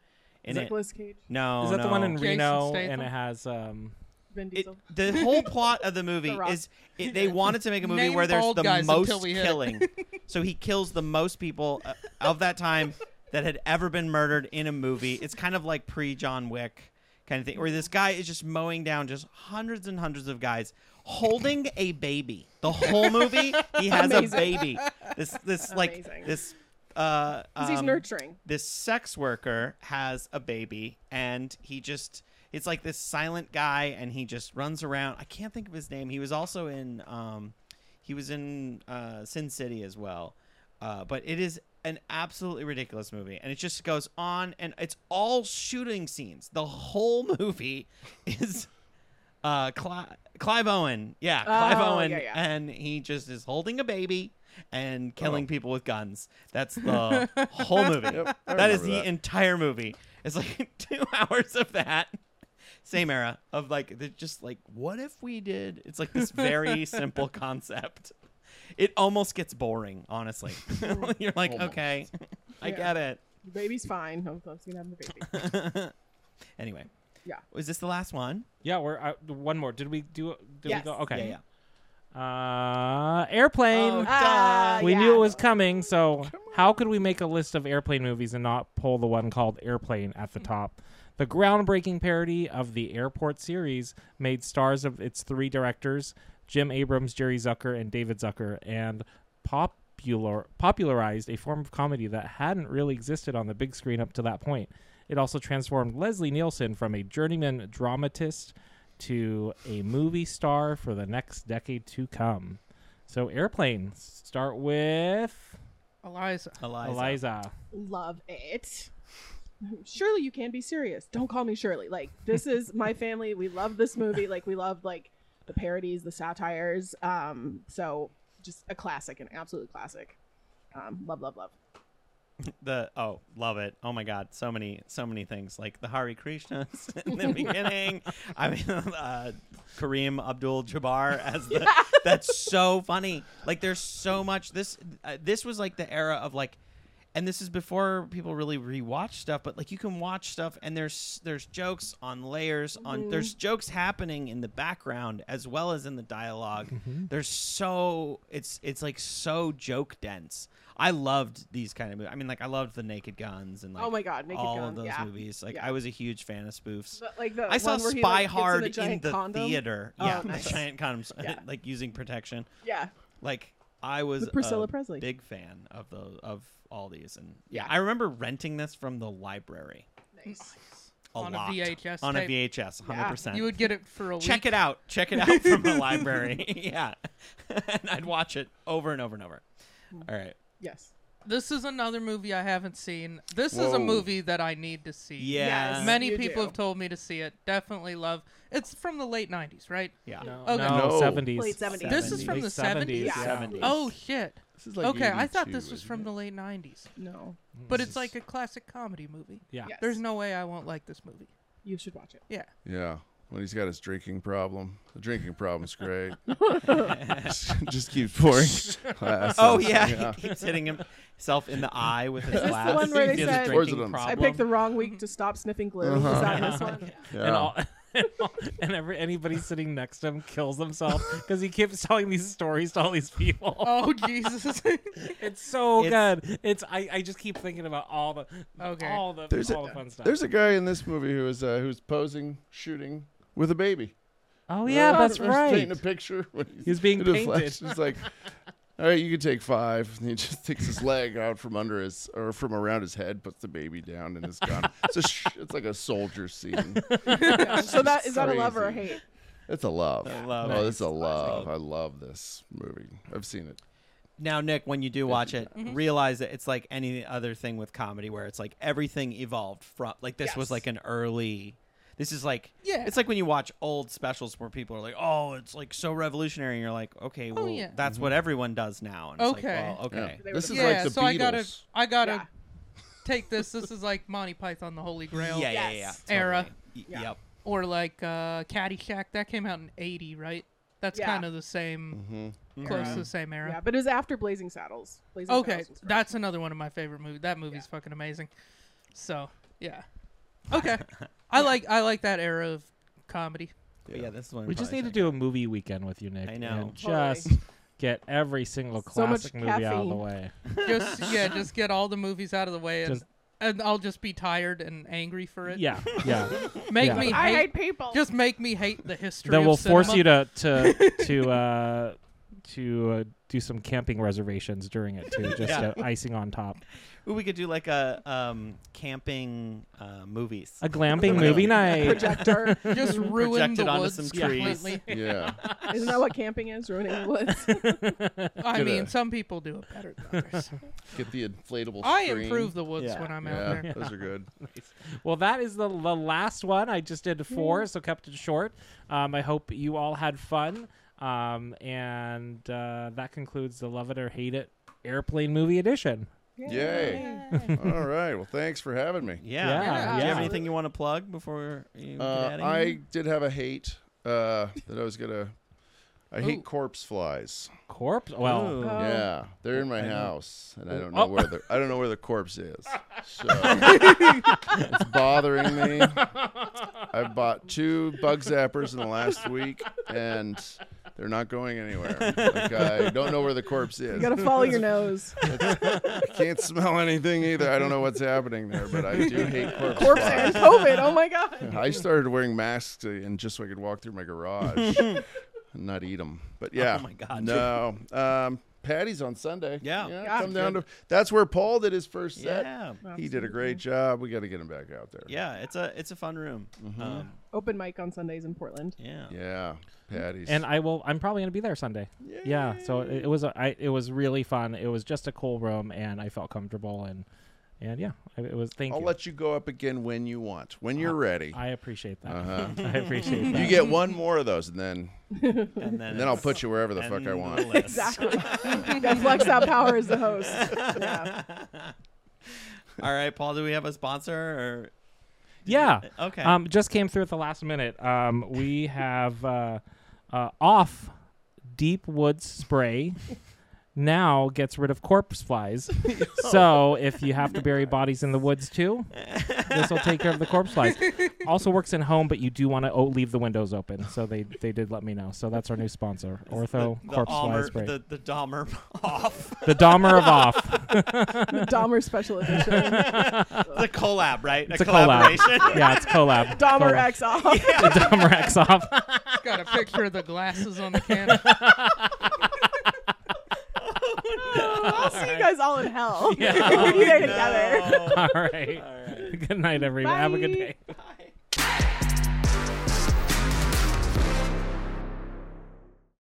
[SPEAKER 1] In it?
[SPEAKER 5] Nicholas Cage,
[SPEAKER 1] No,
[SPEAKER 3] Oh,
[SPEAKER 2] Is that the one
[SPEAKER 1] no.
[SPEAKER 2] in
[SPEAKER 4] Jason
[SPEAKER 2] Reno
[SPEAKER 4] Statham?
[SPEAKER 2] and it has um
[SPEAKER 5] Vin
[SPEAKER 1] It,
[SPEAKER 5] Diesel.
[SPEAKER 1] the whole plot of the movie
[SPEAKER 5] The Rock.
[SPEAKER 1] is it, they wanted to make a movie
[SPEAKER 4] Name
[SPEAKER 1] where there's
[SPEAKER 4] bald
[SPEAKER 1] the
[SPEAKER 4] guys
[SPEAKER 1] most
[SPEAKER 4] until we hit it.
[SPEAKER 1] killing, so he kills the most people uh, of that time that had ever been murdered in a movie. It's kind of like pre John Wick kind of thing, where this guy is just mowing down just hundreds and hundreds of guys, holding a baby. The whole movie, he has a
[SPEAKER 5] Amazing.
[SPEAKER 1] baby. This this like
[SPEAKER 5] Amazing.
[SPEAKER 1] this. Uh,
[SPEAKER 5] 'Cause he's
[SPEAKER 1] um,
[SPEAKER 5] nurturing.
[SPEAKER 1] this sex worker has a baby and he just it's like this silent guy and he just runs around i can't think of his name he was also in um he was in uh sin city as well uh but it is an absolutely ridiculous movie and it just goes on and it's all shooting scenes the whole movie is uh Cli- clive owen yeah clive
[SPEAKER 5] Oh,
[SPEAKER 1] owen
[SPEAKER 5] yeah, yeah.
[SPEAKER 1] and he just is holding a baby and killing people with guns that's the whole movie
[SPEAKER 3] Yep, I
[SPEAKER 1] that is the
[SPEAKER 3] remember that.
[SPEAKER 1] entire movie. It's like two hours of that. Same era of like the, just like what if we did? It's like this very simple concept. It almost gets boring, honestly. You're like,
[SPEAKER 3] Almost.
[SPEAKER 1] okay, I
[SPEAKER 5] Yeah.
[SPEAKER 1] get it.
[SPEAKER 5] The baby's fine. I'm, I'm gonna have the baby.
[SPEAKER 1] Anyway,
[SPEAKER 5] Yeah.
[SPEAKER 1] Is this the last one?
[SPEAKER 2] Yeah, we're uh, one more. Did we do? Did
[SPEAKER 5] Yes.
[SPEAKER 2] we go? Okay.
[SPEAKER 1] Yeah,
[SPEAKER 2] Uh,
[SPEAKER 1] yeah.
[SPEAKER 2] airplane.
[SPEAKER 1] Oh,
[SPEAKER 5] Ah,
[SPEAKER 1] duh.
[SPEAKER 2] we
[SPEAKER 5] yeah.
[SPEAKER 2] knew it was coming, so how could we make a list of airplane movies and not pull the one called Airplane at the top? The groundbreaking parody of the Airport series made stars of its three directors, Jim Abrams, Jerry Zucker, and David Zucker, and popular popularized a form of comedy that hadn't really existed on the big screen up to that point. It also transformed Leslie Nielsen from a journeyman dramatist to a movie star for the next decade to come. So airplane. Start with
[SPEAKER 4] Eliza.
[SPEAKER 1] Eliza.
[SPEAKER 2] Eliza.
[SPEAKER 5] Love it. Surely you can be serious. Don't call me Shirley. Like this is my family. We love this movie. Like we love like the parodies, the satires. Um, so just a classic, an absolute classic. Um, love, love, love.
[SPEAKER 1] The oh, love it. Oh my god, so many, so many things like the Hari Krishnas in the beginning. I mean, uh, Kareem Abdul-Jabbar as the. That's so funny. Like, there's so much. This uh, this was like the era of like, and this is before people really rewatch stuff. But like, you can watch stuff, and there's there's jokes on layers on.
[SPEAKER 5] Mm-hmm.
[SPEAKER 1] There's jokes happening in the background as well as in the dialog
[SPEAKER 5] Mm-hmm.
[SPEAKER 1] There's so it's it's like so joke dense. I loved these kind of movies. I mean, like I loved the Naked Guns and like
[SPEAKER 5] oh my god, Naked
[SPEAKER 1] all
[SPEAKER 5] Gun.
[SPEAKER 1] of those
[SPEAKER 5] yeah.
[SPEAKER 1] movies. Like
[SPEAKER 5] Yeah.
[SPEAKER 1] I was a huge fan of spoofs.
[SPEAKER 5] But, like the
[SPEAKER 1] I saw
[SPEAKER 5] one where
[SPEAKER 1] Spy
[SPEAKER 5] he, like, gets
[SPEAKER 1] Hard
[SPEAKER 5] in the,
[SPEAKER 1] in,
[SPEAKER 5] giant
[SPEAKER 1] the
[SPEAKER 5] condom.
[SPEAKER 1] theater.
[SPEAKER 5] Oh,
[SPEAKER 1] yeah,
[SPEAKER 5] nice.
[SPEAKER 1] the giant condoms,
[SPEAKER 5] Yeah.
[SPEAKER 1] like using protection.
[SPEAKER 5] Yeah,
[SPEAKER 1] Like I was
[SPEAKER 5] With Priscilla
[SPEAKER 1] a
[SPEAKER 5] Presley.
[SPEAKER 1] big fan of the of all these, and
[SPEAKER 5] Yeah.
[SPEAKER 1] I remember renting this from the library
[SPEAKER 5] nice.
[SPEAKER 1] a
[SPEAKER 4] On a
[SPEAKER 1] lot
[SPEAKER 4] VHS
[SPEAKER 1] on a
[SPEAKER 4] tape.
[SPEAKER 1] VHS, hundred percent.
[SPEAKER 4] You would get it for a week.
[SPEAKER 1] Check it out. Check it out from the library. yeah, and I'd watch it over and over and over. All right.
[SPEAKER 5] Yes.
[SPEAKER 4] This is another movie I haven't seen. This is
[SPEAKER 3] Whoa.
[SPEAKER 4] a movie that I need to see.
[SPEAKER 1] Yeah.
[SPEAKER 5] Yes.
[SPEAKER 4] Many
[SPEAKER 5] You
[SPEAKER 4] people
[SPEAKER 5] do.
[SPEAKER 4] have told me to see it. Definitely love. It's from the late 90s, right?
[SPEAKER 1] Yeah.
[SPEAKER 4] Okay.
[SPEAKER 2] No,
[SPEAKER 3] No.
[SPEAKER 2] seventies.
[SPEAKER 5] Late 70s.
[SPEAKER 4] This is from
[SPEAKER 2] Late
[SPEAKER 4] the
[SPEAKER 2] 70s.
[SPEAKER 4] 70s.
[SPEAKER 5] Yeah.
[SPEAKER 4] Oh shit.
[SPEAKER 3] This is like
[SPEAKER 4] okay, I thought
[SPEAKER 3] 82,
[SPEAKER 4] this was
[SPEAKER 3] isn't
[SPEAKER 4] from
[SPEAKER 3] it?
[SPEAKER 4] the late 90s.
[SPEAKER 5] No.
[SPEAKER 1] Mm.
[SPEAKER 4] But it's like a classic comedy movie.
[SPEAKER 2] Yeah.
[SPEAKER 5] Yes.
[SPEAKER 4] There's no way I won't like this movie.
[SPEAKER 5] You should watch it.
[SPEAKER 4] Yeah.
[SPEAKER 3] Yeah. When he's got his drinking problem. The drinking problem's great. Just keeps pouring glass.
[SPEAKER 1] Oh yeah, he keeps hitting himself in the eye with his
[SPEAKER 5] this the
[SPEAKER 1] glass.
[SPEAKER 5] one where
[SPEAKER 1] He
[SPEAKER 5] they
[SPEAKER 1] has a
[SPEAKER 5] said-
[SPEAKER 1] drinking
[SPEAKER 3] Pours it on-
[SPEAKER 5] I picked the wrong week to stop sniffing glue. Is that this one?
[SPEAKER 3] Yeah.
[SPEAKER 2] And all, and every anybody sitting next to him kills themselves because he keeps telling these stories to all these people.
[SPEAKER 4] Oh Jesus.
[SPEAKER 2] It's so
[SPEAKER 1] It's-
[SPEAKER 2] good. It's I, I just keep thinking about all the
[SPEAKER 4] Okay.
[SPEAKER 2] all the
[SPEAKER 3] There's
[SPEAKER 2] all
[SPEAKER 3] a
[SPEAKER 2] the fun stuff.
[SPEAKER 3] there's a guy in this movie who is uh, who's posing shooting with a baby.
[SPEAKER 2] oh yeah,
[SPEAKER 3] Uh,
[SPEAKER 2] that's
[SPEAKER 3] he's Taking
[SPEAKER 2] right.
[SPEAKER 3] a picture. When he's,
[SPEAKER 2] He's being
[SPEAKER 3] in a
[SPEAKER 2] painted.
[SPEAKER 3] flash. He's like, all right, you can take five. And he just takes his leg out from under his or from around his head, puts the baby down, and is gone. it's a sh- it's like a soldier scene.
[SPEAKER 5] Yeah. So that is that a love or a
[SPEAKER 3] Crazy.
[SPEAKER 5] hate?
[SPEAKER 3] It's a love.
[SPEAKER 1] I love
[SPEAKER 3] Oh,
[SPEAKER 1] it.
[SPEAKER 3] this is a love. I love this movie. I've seen it.
[SPEAKER 1] Now, Nick, when you do watch it,
[SPEAKER 4] Mm-hmm.
[SPEAKER 1] realize that it's like any other thing with comedy where it's like everything evolved from like this was
[SPEAKER 4] Yes.
[SPEAKER 1] like an early this is like
[SPEAKER 4] Yeah.
[SPEAKER 1] it's like when you watch old specials where people are like, "Oh, it's like so revolutionary." And you're like, "Okay, well,
[SPEAKER 4] Oh, yeah.
[SPEAKER 1] that's
[SPEAKER 2] Mm-hmm.
[SPEAKER 1] what everyone does now." And it's
[SPEAKER 4] Okay.
[SPEAKER 1] like, well, okay.
[SPEAKER 3] Yeah. This is
[SPEAKER 4] yeah,
[SPEAKER 3] like the
[SPEAKER 4] so
[SPEAKER 3] Beatles.
[SPEAKER 4] I gotta I gotta
[SPEAKER 5] Yeah.
[SPEAKER 4] take this. This is like Monty Python the Holy Grail.
[SPEAKER 1] Yeah, yeah, yeah.
[SPEAKER 5] Yes.
[SPEAKER 1] totally.
[SPEAKER 4] Era.
[SPEAKER 1] Y-
[SPEAKER 5] Yeah.
[SPEAKER 1] Yep.
[SPEAKER 4] Or like uh Caddyshack. That came out in eighty, right? That's
[SPEAKER 5] Yeah.
[SPEAKER 4] kind of the same
[SPEAKER 2] Mm-hmm.
[SPEAKER 1] Mm-hmm.
[SPEAKER 4] close to the same era.
[SPEAKER 5] Yeah, but it was after Blazing Saddles. Blazing
[SPEAKER 4] Okay,
[SPEAKER 5] Saddles was great.
[SPEAKER 4] that's another one of my favorite movies. That movie's fucking amazing. So yeah, okay, I like I like that era of comedy.
[SPEAKER 1] But yeah, this is one
[SPEAKER 2] We just need to do a movie weekend with you, Nick.
[SPEAKER 1] I know.
[SPEAKER 2] and
[SPEAKER 5] Totally.
[SPEAKER 2] just get every single
[SPEAKER 5] So much
[SPEAKER 2] classic movie out of the
[SPEAKER 5] caffeine.
[SPEAKER 2] way.
[SPEAKER 4] Just yeah, just get all the movies out of the way, and
[SPEAKER 2] Just-
[SPEAKER 4] and I'll just be tired and angry for it.
[SPEAKER 2] Yeah, yeah.
[SPEAKER 4] make
[SPEAKER 2] yeah.
[SPEAKER 4] me
[SPEAKER 5] I
[SPEAKER 4] hate,
[SPEAKER 5] hate people.
[SPEAKER 4] just make me hate the history.
[SPEAKER 2] then
[SPEAKER 4] of
[SPEAKER 2] we'll force
[SPEAKER 4] cinema.
[SPEAKER 2] you to to to uh, to uh, do some camping reservations during it too, just
[SPEAKER 1] Yeah.
[SPEAKER 2] uh, icing on top.
[SPEAKER 1] Ooh, we could do like a um camping uh movies.
[SPEAKER 2] A glamping movie night.
[SPEAKER 5] projector.
[SPEAKER 4] just ruin
[SPEAKER 1] Project
[SPEAKER 4] the
[SPEAKER 1] it onto
[SPEAKER 4] woods
[SPEAKER 1] some trees.
[SPEAKER 4] completely.
[SPEAKER 3] Yeah.
[SPEAKER 5] Isn't that what camping is? Ruining the woods.
[SPEAKER 4] I
[SPEAKER 3] Get
[SPEAKER 4] mean,
[SPEAKER 3] a-
[SPEAKER 4] some people do it better than others.
[SPEAKER 3] Get the inflatable
[SPEAKER 4] I
[SPEAKER 3] screen.
[SPEAKER 4] improve the woods
[SPEAKER 1] Yeah.
[SPEAKER 4] when I'm
[SPEAKER 3] yeah,
[SPEAKER 4] out there.
[SPEAKER 3] those are good.
[SPEAKER 2] well, that is the the last one. I just did four, so kept it short. Um, I hope you all had fun. Um, and uh, that concludes the love it or hate it airplane movie edition.
[SPEAKER 3] Yay. All right. Well, thanks for having me.
[SPEAKER 1] Yeah.
[SPEAKER 2] Yeah,
[SPEAKER 1] Do you have
[SPEAKER 2] yeah.
[SPEAKER 1] anything you want to plug before you
[SPEAKER 3] Uh,
[SPEAKER 1] get out of
[SPEAKER 3] I
[SPEAKER 1] here?
[SPEAKER 3] did have a hate uh, that I was gonna. I
[SPEAKER 4] Ooh.
[SPEAKER 3] hate corpse flies.
[SPEAKER 2] Corpse. Well.
[SPEAKER 1] Ooh.
[SPEAKER 4] Uh,
[SPEAKER 5] Oh.
[SPEAKER 3] Yeah, they're in my
[SPEAKER 2] I know.
[SPEAKER 3] house, and I don't know
[SPEAKER 2] Oh.
[SPEAKER 3] where the I don't know where the corpse is. So it's bothering me. I bought two bug zappers in the last week, and they're not going anywhere. Like I don't know where the corpse is.
[SPEAKER 5] You gotta follow your nose.
[SPEAKER 3] I can't smell anything either. I don't know what's happening there, but I do hate corpse,
[SPEAKER 5] Corpse
[SPEAKER 3] flies.
[SPEAKER 5] and COVID. Oh my god.
[SPEAKER 3] I started wearing masks to, and just so I could walk through my garage and not eat them. But yeah,
[SPEAKER 1] my God.
[SPEAKER 3] no. Um, Patty's on Sunday.
[SPEAKER 1] Yeah.
[SPEAKER 5] Yeah.
[SPEAKER 3] come down to that's where Paul did his first set.
[SPEAKER 1] Yeah.
[SPEAKER 3] He did a great job. We got to get him back out there.
[SPEAKER 1] Yeah, it's a it's a fun room. Um,
[SPEAKER 5] Open mic on Sundays in Portland.
[SPEAKER 1] yeah.
[SPEAKER 3] Mm-hmm. yeah, Patty's.
[SPEAKER 2] and I will. I'm probably gonna be there Sunday. Yeah. So it, it was. A, I. It was really fun. It was just a cool room, and I felt comfortable, and and yeah, I- it was. Thank
[SPEAKER 3] I'll
[SPEAKER 2] you.
[SPEAKER 3] let you go up again when you want, when you're ready.
[SPEAKER 2] I appreciate that.
[SPEAKER 3] Uh-huh.
[SPEAKER 2] I appreciate that.
[SPEAKER 3] you get one more of those, and then
[SPEAKER 1] And then,
[SPEAKER 3] and then I'll put you wherever the
[SPEAKER 1] it's-
[SPEAKER 3] fuck I
[SPEAKER 1] and
[SPEAKER 3] want.
[SPEAKER 1] less.
[SPEAKER 5] Exactly. yeah, flex out power as the host. Yeah.
[SPEAKER 1] All right, Paul, do we have a sponsor
[SPEAKER 2] yeah.
[SPEAKER 1] Okay.
[SPEAKER 2] Um, just came through at the last minute. Um, we have uh, uh, off deep woods spray. Now gets rid of corpse flies. so if you have to bury bodies in the woods too, this will take care of the corpse flies. Also works in home, but you do want to o- leave the windows open. So they, they did let me know. So that's our new sponsor, Ortho
[SPEAKER 1] or the
[SPEAKER 2] Corpse Fly
[SPEAKER 1] Almer-
[SPEAKER 2] Spray. The,
[SPEAKER 1] the, the Dahmer off
[SPEAKER 2] Dahmer of off.
[SPEAKER 5] The Dahmer special edition.
[SPEAKER 1] the collab, right?
[SPEAKER 2] It's a collab.
[SPEAKER 1] collaboration.
[SPEAKER 2] yeah, it's collab.
[SPEAKER 5] Dahmer
[SPEAKER 2] collab.
[SPEAKER 5] X off.
[SPEAKER 2] The Dahmer X off.
[SPEAKER 4] Got a picture of the glasses on the can.
[SPEAKER 5] I'll see you guys all in hell.
[SPEAKER 2] Yeah.
[SPEAKER 5] We'll be there together.
[SPEAKER 1] No.
[SPEAKER 2] All right. Good night, everyone. Have a good
[SPEAKER 5] Bye.
[SPEAKER 2] day.